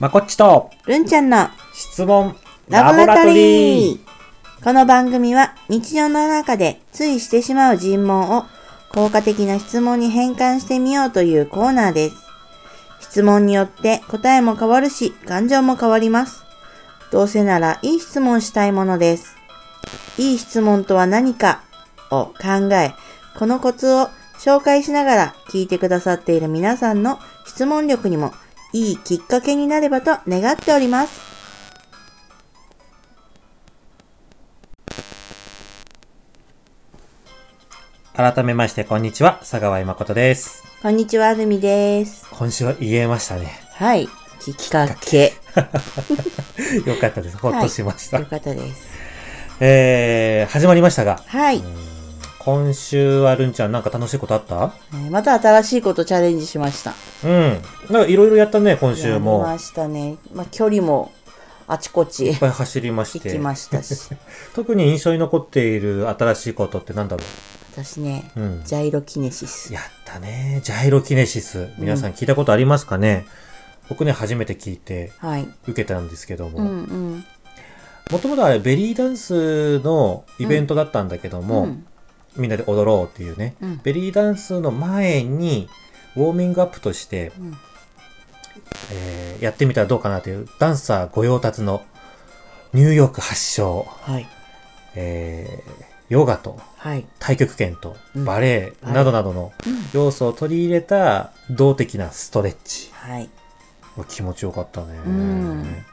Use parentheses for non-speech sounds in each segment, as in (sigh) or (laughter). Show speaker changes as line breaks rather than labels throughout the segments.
まこっちと
るんちゃんの
質問
ラ
ラ
ボ
ボ
ラ
ラ
ト
ト
リ
リー
ーこの番組は日常の中でついしてしまう尋問を効果的な質問に変換してみようというコーナーです。質問によって答えも変わるし感情も変わります。どうせならいい質問したいものです。いい質問とは何かを考え、このコツを紹介しながら聞いてくださっている皆さんの質問力にもいいきっかけになればと願っております。
改めましてこんにちは佐川まことです
こんにちは、あずみです。
今週は言えましたね (laughs)
はい。きっかけ。
よかったですほっとしました、
よかったです。
えー、始まりましたが
はい、え
今週はるんちゃんなんか楽しいことあった
ーまた新しいことチャレンジしました。
うんなんかいろいろやったね今
や
週
り
も
ましたね。まあ、距離もあちこち
いっぱい走りまし
行
て
きましたし。
(laughs) 特に印象に残っている新しいことってなんだろ
私ね、
ううん
ジャイロキネシス。
やったねジャイロキネシス皆さん聞いたことありますかね、僕ね初めて聞いて
はい。
受けたんですけども、
うんうん。
もともとあれベリーダンスのイベントだったんだけども、
うん
みんなで踊ろうっていうね、
うん
ベリーダンスの前にウォーミングアップとして、
うん
えーやってみたらどうかなというダンサー御用達のニューヨーク発祥、
はい。
えーヨガと
はい。
太極拳と
うん
バレエなどなどの
うん
要素を取り入れた動的なストレッチ
はい。
気持ちよかったね、
うん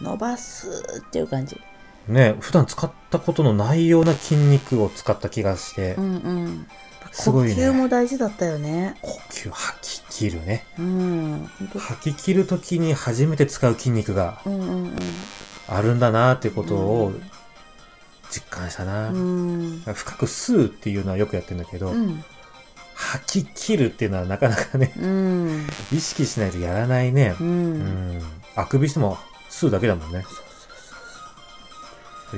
伸ばすっていう感じ。
ね普段使ったことのないような筋肉を使った気がして、
うんうん。
すごいね
呼吸も大事だったよね。
呼吸吐き切るね
うん。本当
吐き切る時に初めて使う筋肉が
うんうん
あるんだなっていうことを
うん
実感したな、
うん。
深く吸うっていうのはよくやってるんだけど、
うん。うん
吐き切るっていうのはなかなかね (laughs)
うん。
意識しないとやらないね
う。
うんん、あくびしても吸うだけだもんね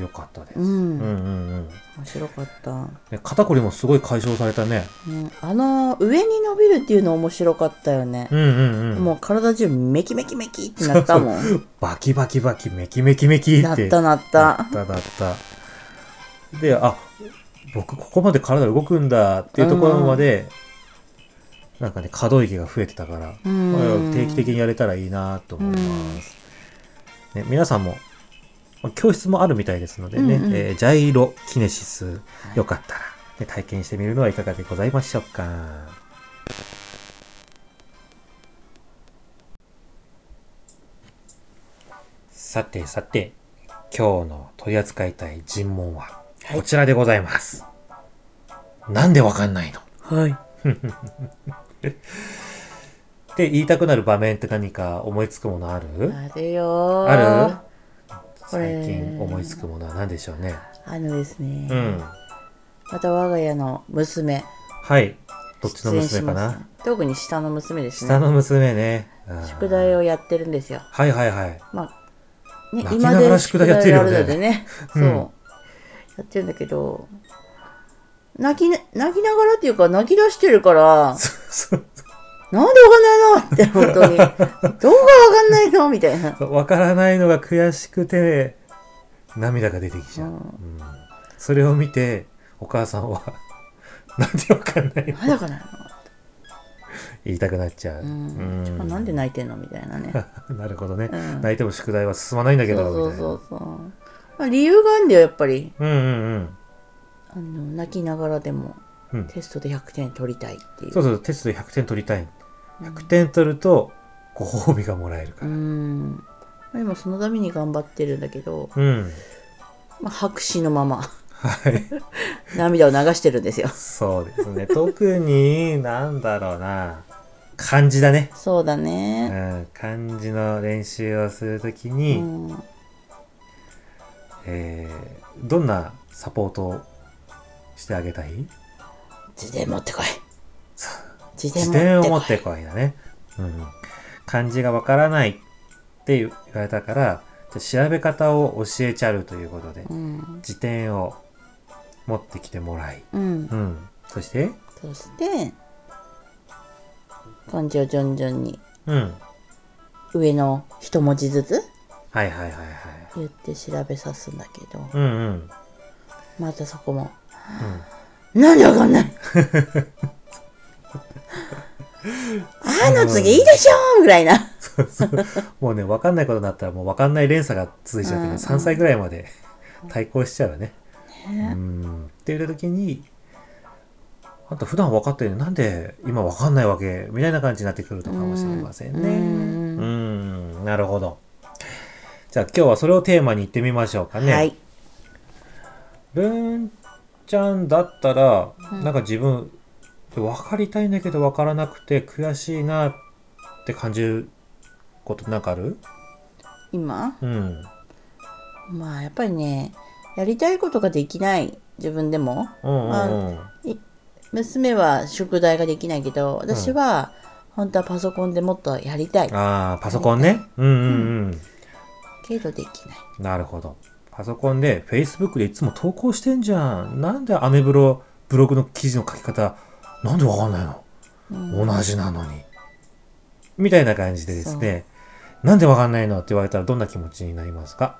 よかったです、
う、
うんんう
面
んうん
白かった、
で肩こりもすごい解消されたね
うん、あの上に伸びるっていうの面白かったよね
う、んうんうん
もう体中メキメキメキってなったもん
バキバキバキメキメキメキって
(laughs) なったなっ
だ
た
っただったであ僕ここまで体動くんだっていうところまで、なんかね可動域が増えてたから、
うん
まあ定期的にやれたらいいなと思います、ね、皆さんもまあ教室もあるみたいですのでね、
うんうん
えージャイロキネシスよかったら、ね、体験してみるのはいかがでございましょうかさてさて今日の取り扱いたい尋問は
はい
こちらでございます、なんでわかんないの
はい
って言いたくなる場面って何か思いつくものある
あるよー
ある
これ
最近思いつくものは何でしょうね
あのですね、
うん
また我が家の娘
はいどっちの娘か
出演し
な
ます特に下の娘です
下
ね
の娘ねうん
宿題をやってるんですよ
はいはいはい (laughs)
まあ、ね
泣きながら宿題やってるよね
今で宿題やるのでね、
うん
そう。やってるんだけど、泣きな、泣きながらっていうか、泣き出してるから、
そう
なんでわかんないのって、本
(laughs)
当に。どこがわかんないのみたいな。
わからないのが悔しくて涙が出てきちゃう、
うん
うんそれを見てお母さんは (laughs) なんでわかんないの
なんでわかんないの
言いたくなっちゃう、
うん。
うん
なんで泣いてんのみたいなね。
(laughs) なるほどね、
うん
泣いても宿題は進まないんだけ
そう
ど
そう
みたい
そ
な
うそう。まあ、理由があるんだよ、やっぱり。
うんうんうん
あの、泣きながらでも、
うん
テストで100点取りたいっていう。
そうそうテストで100点取りたい100点取るとご褒美がもらえるから
うん。まあ今そのために頑張ってるんだけど、
うん、
まあ、白紙のまま。
はい
(laughs) 涙を流してるんですよ。
そうですね (laughs) 特になんだろうな漢字だね
そうだ
う
ね。
ん、漢字の練習をするとき
う
に、
ん、
えーどんなサポートをしてあげたい
自伝持ってこい。
そう
自
辞
伝
典
持
を持
っ
って
て
こいだね、うん、漢字がわからないって言われたからじゃあ調べ方を教えちゃるということで
こい。うん。
辞典を持ってきてもらい、
うん
う。ん、そして、
そして、漢字を順々に
うん、
上の一文字ずつ
はいはいはいはい。
言って調べさすんだけど、
うんうん。
またそこも、なんでわかんないあの次いいでしょぐらいな。
もうね、わかんないことになったらもうわかんない連鎖が続いちゃって、
うん
ね、3歳ぐらいまで対抗しちゃうよね。うん。っていう時に、あんた普段分かってるのになんで今分かんないわけみたいな感じになってくるのかもしれませんね。
うん
うん、なるほど。じゃあ今日はそれをテーマに行ってみましょうかね。
はい。
ルンちゃんだったら、
うん
なんか自分分かりたいんだけど分からなくて悔しいなって感じることなんかある
今
うん。
まあやっぱりね、やりたいことができない自分でも、
うんうんうん。
娘は宿題ができないけど、私は本当はパソコンでもっとやりたい
ああ、パソコンね。うんうんうん。
けどできない。
なるほど。パソコンで Facebook でいつも投稿してんじゃん。なんでアメブロ、ブログの記事の書き方、なんでわかんないの、同じなのに。みたいな感じでですね、なんでわかんないのって言われたらどんな気持ちになりますか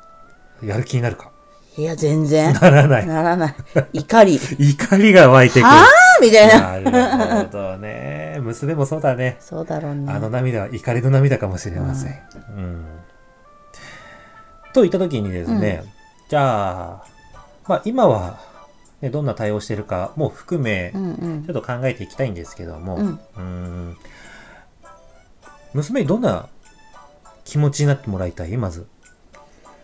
やる気になるか
いや、全然。
ならない。
ならない。怒り。 (laughs)
怒りが湧いてくる。
はあみたいな。
なるほどね。娘もそうだね。
そうだろうね。
あの涙は怒りの涙かもしれません。うんといった時にですね、じゃあ、まあ、今は、ね、どんな対応してるかも含め、
う
ち
んうん
ょっと考えていきたいんですけども、
うん
うん娘にどんな気持ちになってもらいたいまず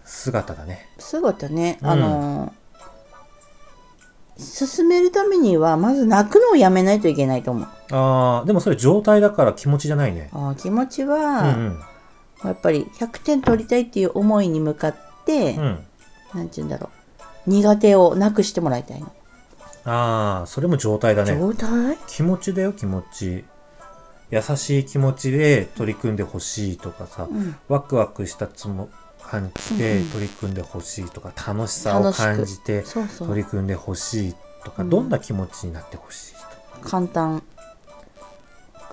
姿だね。
姿ね、
うん
あの進めるためにはまず泣くのをやめないといけないと思う
ああでもそれ状態だから気持ちじゃないね。
あー気持ち
う
は、
ん
やっぱり100点取りたいっていう思いに向かって
うん、う、ん
なんて言うんだろう苦手をなくしてもらいたいの、
ああそれも状態だね。
状態
気持ちだよ気持ち優しい気持ちで取り組んでほしいとかさ、
うん
ワクワクしたつも感じ
うん
て
うん
取り組んでほしいとか、楽しさを
楽しく
感じて
そうそ
取
う
り組んでほしいとか、
うん
どんな気持ちになってほしいと
簡単
か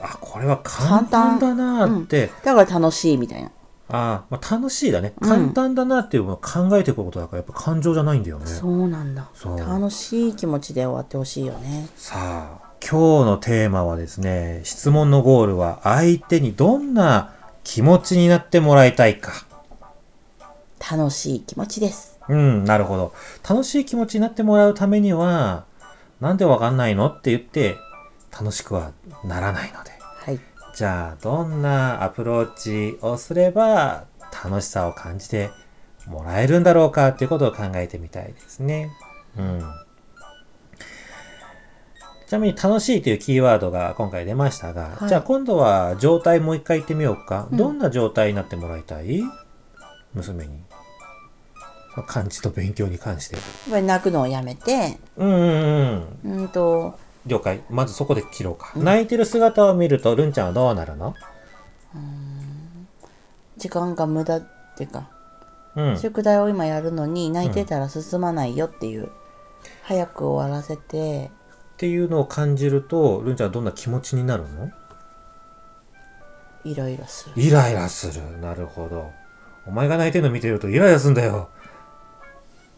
あこれは簡単だなーって、
だから楽しいみたいな、
あー、まあ楽しいだね
うん
簡単だなっていうのを考えていくことだからやっぱ感情じゃないんだよね
そうなんだ
そう
楽しい気持ちで終わってほしいよね
さあ、今日のテーマはですね、質問のゴールは相手にどんな気持ちになってもらいたいか。
楽しい気持ちです
うん、なるほど。楽しい気持ちになってもらうためには、なんでわかんないのって言って、楽しくはならないので。
はい
じゃあ、どんなアプローチをすれば、楽しさを感じてもらえるんだろうかっていうことを考えてみたいですね。うん。ちなみに楽しいというキーワードが今回出ましたが、
はい
じゃあ今度は状態もう一回言ってみようか。
うん
どんな状態になってもらいたい娘に。その漢字と勉強に関して。
やっぱり泣くのをやめて
うんうんうん。
うんと
了解。まずそこで切ろうか。泣いてる姿を見ると、るんちゃんはどうなるの
時間が無駄っていうか
うん。
宿題を今やるのに泣いてたら進まないよっていう、早く終わらせて
っていうのを感じるとるんちゃんはどんな気持ちになるの
イライラする
イライラするなるほどお前が泣いてるの見てるとイライラするんだよ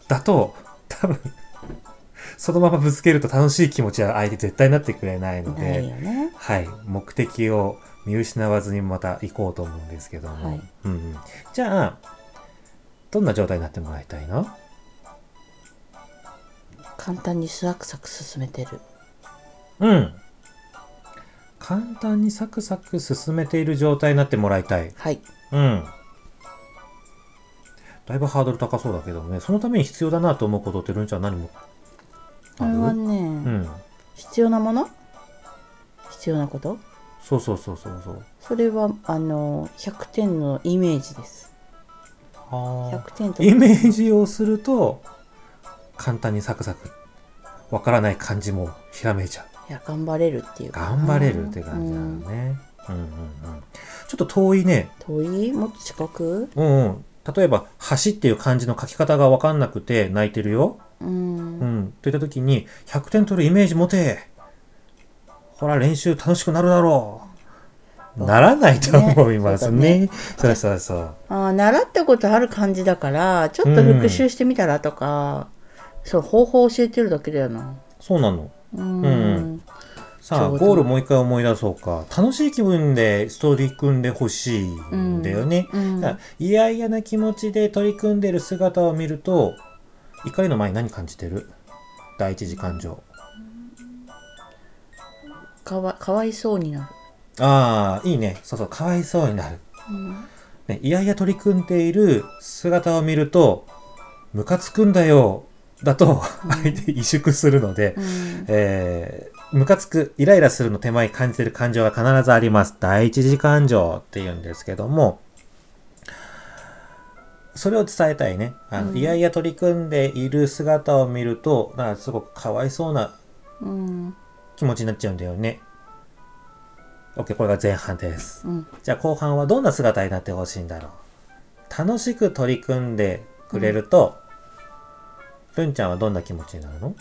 だと多分そのままぶつけると楽しい気持ちは相手絶対なってくれないので
ないよね
はい目的を見失わずにまた行こうと思うんですけども、
はい
うんうん、じゃあどんな状態になってもらいたいの
簡単にサクサク進めてる
うん簡単にサクサク進めている状態になってもらいたい
はい
うん。だいぶハードル高そうだけどね、そのために必要だなと思うことってるんちゃん何も
こ
あ
れ
る
はね、
うん。
必要なもの必要なこと
そうそうそうそうそう。
それはあの100点のイメージです
あ
100点と
ーイメージをすると、簡単にサクサク、わからない感じもひらめいちゃう。
いや頑張れるっていうか
頑張れるって感じなの
うん
ね。うんうんうん。ちょっと遠いね。
遠いもっと近く
うんうん。例えば、橋っていう漢字の書き方がわかんなくて泣いてるよ。
うん、
うん。といった時に、100点取るイメージ持てほら、練習楽しくなるだろう
と。
ならないと思いますね。そうそうそう。
ああ、習ったことある感じだから、ちょっと復習してみたらとか、そう、方法教えてるだけだよな。
そうなの。
うん。
うんさあ、
ちょうど
ゴールもう一回思い出そうか。楽しい気分でストーリー組んでほしいんだよね。
うん
だから嫌々な気持ちで取り組んでる姿を見ると、怒りの前に何感じてる第一次感情。
かわかわいそうにな
ああ、いいね。そうそう、かわいそうになる。
る。うん
ね、いやいや取り組んでいる姿を見ると、ムカつくんだよ、だと、相手萎縮するので、
うん
えームカつく、イライラするの手前に感じてる感情が必ずあります。第一次感情って言うんですけども、それを伝えたいね。あの、
うん
いやいや取り組んでいる姿を見ると、なんかすごくかわいそうな
うん
気持ちになっちゃうんだよね。OK、これが前半です。
うん
じゃあ後半はどんな姿になってほしいんだろう楽しく取り組んでくれると、るんちゃんはどんな気持ちになるの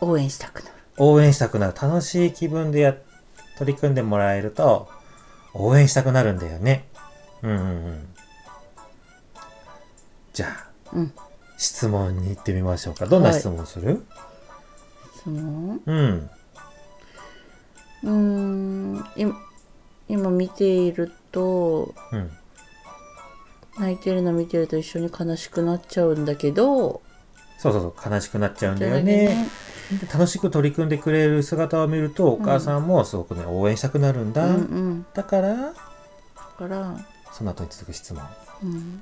応援したくなる。
応援したくなる。楽しい気分でや、取り組んでもらえると、応援したくなるんだよね。うんうんうん。じゃあ、
うん
質問に行ってみましょうか。どんな
はい
質問する、
その
うん。
うーん今今見ていると
うん。
泣いてるの見てると一緒に悲しくなっちゃうんだけど
そうそうそう、悲しくなっちゃうんだよ
だけど
ね。楽しく取り組んでくれる姿を見ると、お
ん
母さんもすごくね、応援したくなるん
う
だ。
んうん
だから、
だから、
その後に続く質問。
うん、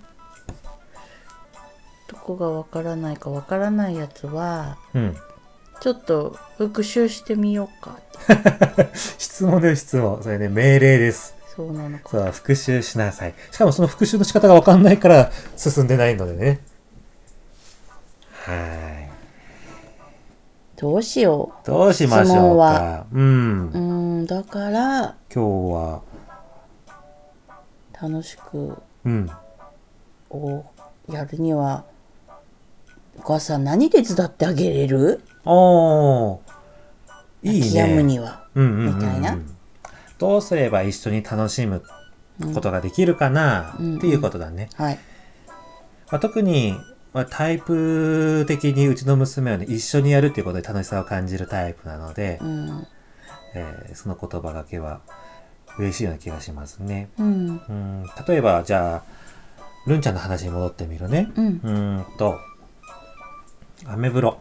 どこがわからないかわからないやつは
うん。
ちょっと復習してみようか
質問で質問。それね、命令です。
そうなのか
そう、復習しなさい。しかもその復習の仕方がわかんないから進んでないのでね。は
どうしよ
い。どうしまし
質
ょ
問
う
は
か。うん。
うう
今
ーんだから
日は、
楽しく
うん。
をやるにはお母さん何手伝ってあげれる
おー。いいね。
秋やむには
うんうんうんうん
みたいな
どうすれば一緒に楽しむことができるかな、
うん
っていうことだね。
はい
まあ、特に、まあ、タイプ的にうちの娘はね、一緒にやるっていうことで楽しさを感じるタイプなので、
うん
えーその言葉がけは嬉しいような気がしますね。
うん
うん例えばじゃあるんちゃんの話に戻ってみるね。
うん
うーんとアメブロ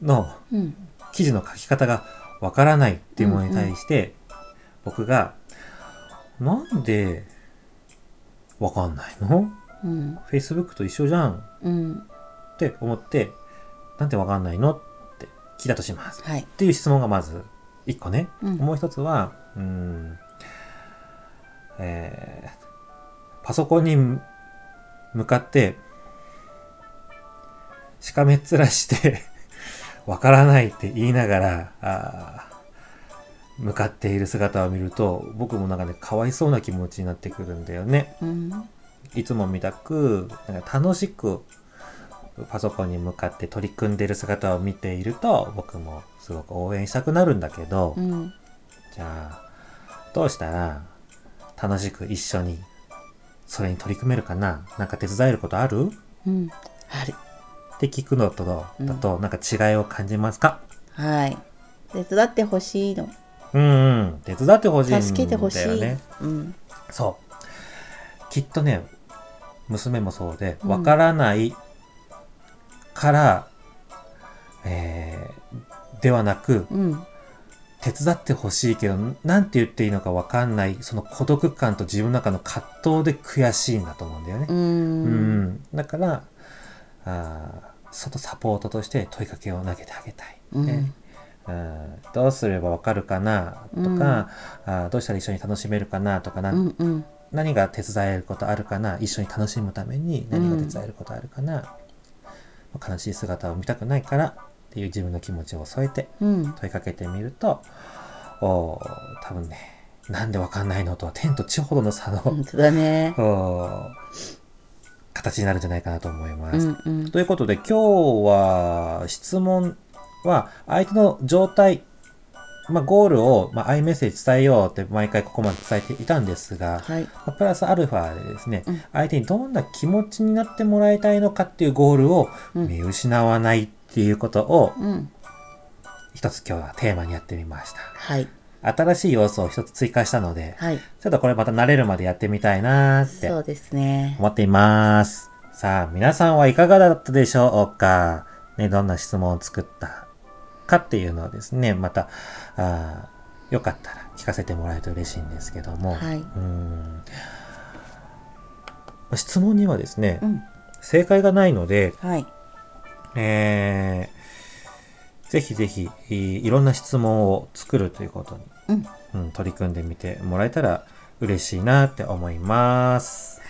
の
うん
記事の書き方がわからないっていうものに対して、僕が「なんでわかんないの
うん
?Facebook と一緒じゃん」
うん
って思って「なんでわかんないの?」って聞いたとします。
はい
っていう質問がまず1個ね、
うん
もう一つはうーん、えーパソコンに向かってしかめっ面して (laughs) わからないって言いながらあー向かっている姿を見ると僕もなんかねかわいそうな気持ちになってくるんだよね
うん
いつも見たくなんか楽しくパソコンに向かって取り組んでいる姿を見ていると僕もすごく応援したくなるんだけど、
うん
じゃあ、どうしたら楽しく一緒にそれに取り組めるかななんか手伝えることある
うんある
って聞くのとだ
うん
と、なんか違いを感じますか
はい手伝ってほしいの
うんうん。手伝ってほしいんだよね。
助けてほしい、うん
そう。きっとね、娘もそうで、
うん
わからないから、えー、ではなく、
うん
手伝ってほしいけど、なんて言っていいのかわかんない、その孤独感と自分の中の葛藤で悔しいんだと思うんだよね
う。
うんん、だからあーそのサポートとして問いかけを投げてあげたい、
うん
ねうんどうすればわかるかなとか、あーどうしたら一緒に楽しめるかなとかな、
うんうん
何が手伝えることあるかな一緒に楽しむために何が手伝えることあるかな、悲しい姿を見たくないからっていう自分の気持ちを添えて
うん
問いかけてみるとおー多分ねなんでわかんないのとは天と地ほどの差の、
本当だね
お形になるんじゃないかなと思いま
う
す。
んうん
ということで今日は質問は相手の状態まあ、ゴールを、まあ、iMessage 伝えようって毎回ここまで伝えていたんですが、
はい。
まあプラスアルファでですね、
うん
相手にどんな気持ちになってもらいたいのかっていうゴールを
うん
見失わないっていうことを
うん。
一つ今日はテーマにやってみました。
はい。
新しい要素を一つ追加したので、
はい。
ちょっとこれまた慣れるまでやってみたいなーって
そうですね。
思っています。さあ、皆さんはいかがだったでしょうかね、どんな質問を作ったかっていうのをですね、また、あーよかったら聞かせてもらえると嬉しいんですけども、
はい。
うーん質問にはですね、
うん。
正解がないので、
はい。
えーぜひぜひいいろんな質問を作るということに、
うん。
うん、取り組んでみてもらえたら嬉しいなって思います。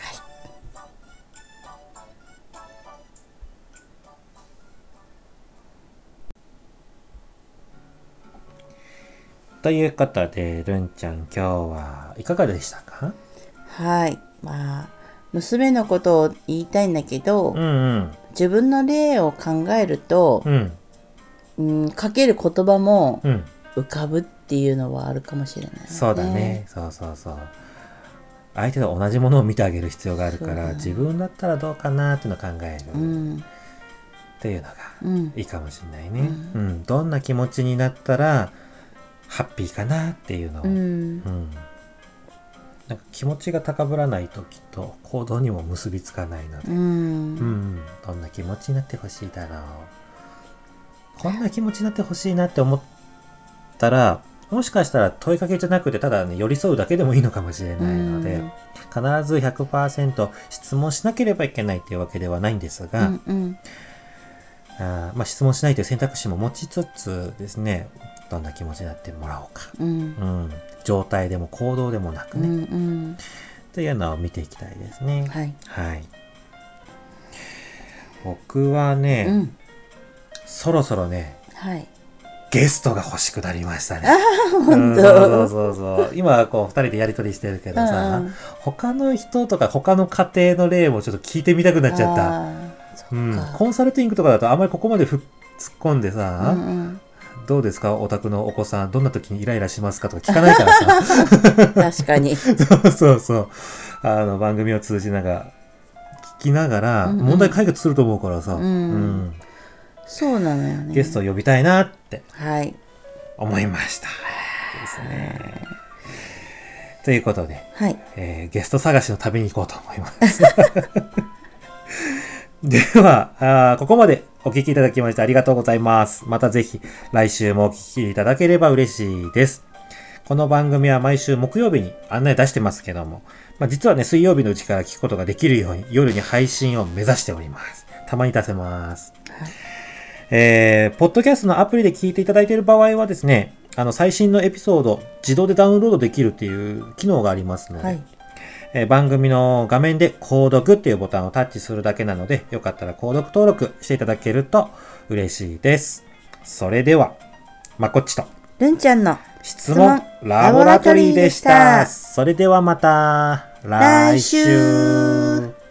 ということで、るんちゃん今日はいかがでしたか
はい。まあ、娘のことを言いたいんだけど、
うんうん。
自分の例を考えると、
うん
うん、かける言葉も
うん。
浮かぶっていうのはあるかもしれない、
そうだね。。そうそうそう。相手と同じものを見てあげる必要があるか
そうだ
ら、
ね
自分だったらどうかなっていうのを考える。
う
っ
ん。
ていうのが
うん。
いいかもしれないね、うんどんな気持ちになったらハッピーかなっていうのを、
う
うん
ん。
なんか気持ちが高ぶらないときっと行動にも結びつかないので、
う
うん
ん。
どんな気持ちになってほしいだろうこんな気持ちになってほしいなって思ったらもしかしたら問いかけじゃなくてただね寄り添うだけでもいいのかもしれないので、
うん
必ず100%質問しなければいけないっていうわけではないんです
う
が、
ん。うん。
あーまあ、質問しないという選択肢も持ちつつですねどんな気持ちになってもらおうか、
うん。
うん、状態でも行動でもなく
う
ね、
ん。うん。
というのを見ていきたいですね
はい。
はい、僕はね、
うん。
そろそろね
はい。
ゲストが欲しくなりましたねうん
本当
そうそうそうそう今はこう2人でやり取りしてるけどさ、
うんうん
他の人とか他の家庭の例もちょっと聞いてみたくなっちゃった、
た。そっか。
うん、コンサルティングとかだとあんまりここまでふっ突っ込んでさ、
うんうん
どうですかお宅のお子さん、どんな時にイライラしますかとか聞かないから
(laughs)
さ。
確かに。
そうそうそう。あの、番組を通じながら、聞きながら、
うんうん
問題解決すると思うからさ、
うん
うん
(laughs) そうなのよね。
ゲストを呼びたいなって
はい。
思いました。ですね。ということで、
はい。
えーゲスト探しの旅に行こうと思います。 (laughs) ではあーここまでお聞きいただきましてありがとうございます。またぜひ来週もお聞きいただければ嬉しいです。この番組は毎週木曜日に案内出してますけども、まあ、実はね、水曜日のうちから聞くことができるように夜に配信を目指しております。たまに出せます。
はい
えー、ポッドキャストのアプリで聞いていただいている場合はですね、あの、最新のエピソード、自動でダウンロードできるっていう機能がありますので、
はい。
えー番組の画面で購読っていうボタンをタッチするだけなので、よかったら購読登録していただけると嬉しいです。それでは、まこっちと
るんちゃんの
質問ラボラトリーでした。
ラボラトリーでした
それではまた
来週
来週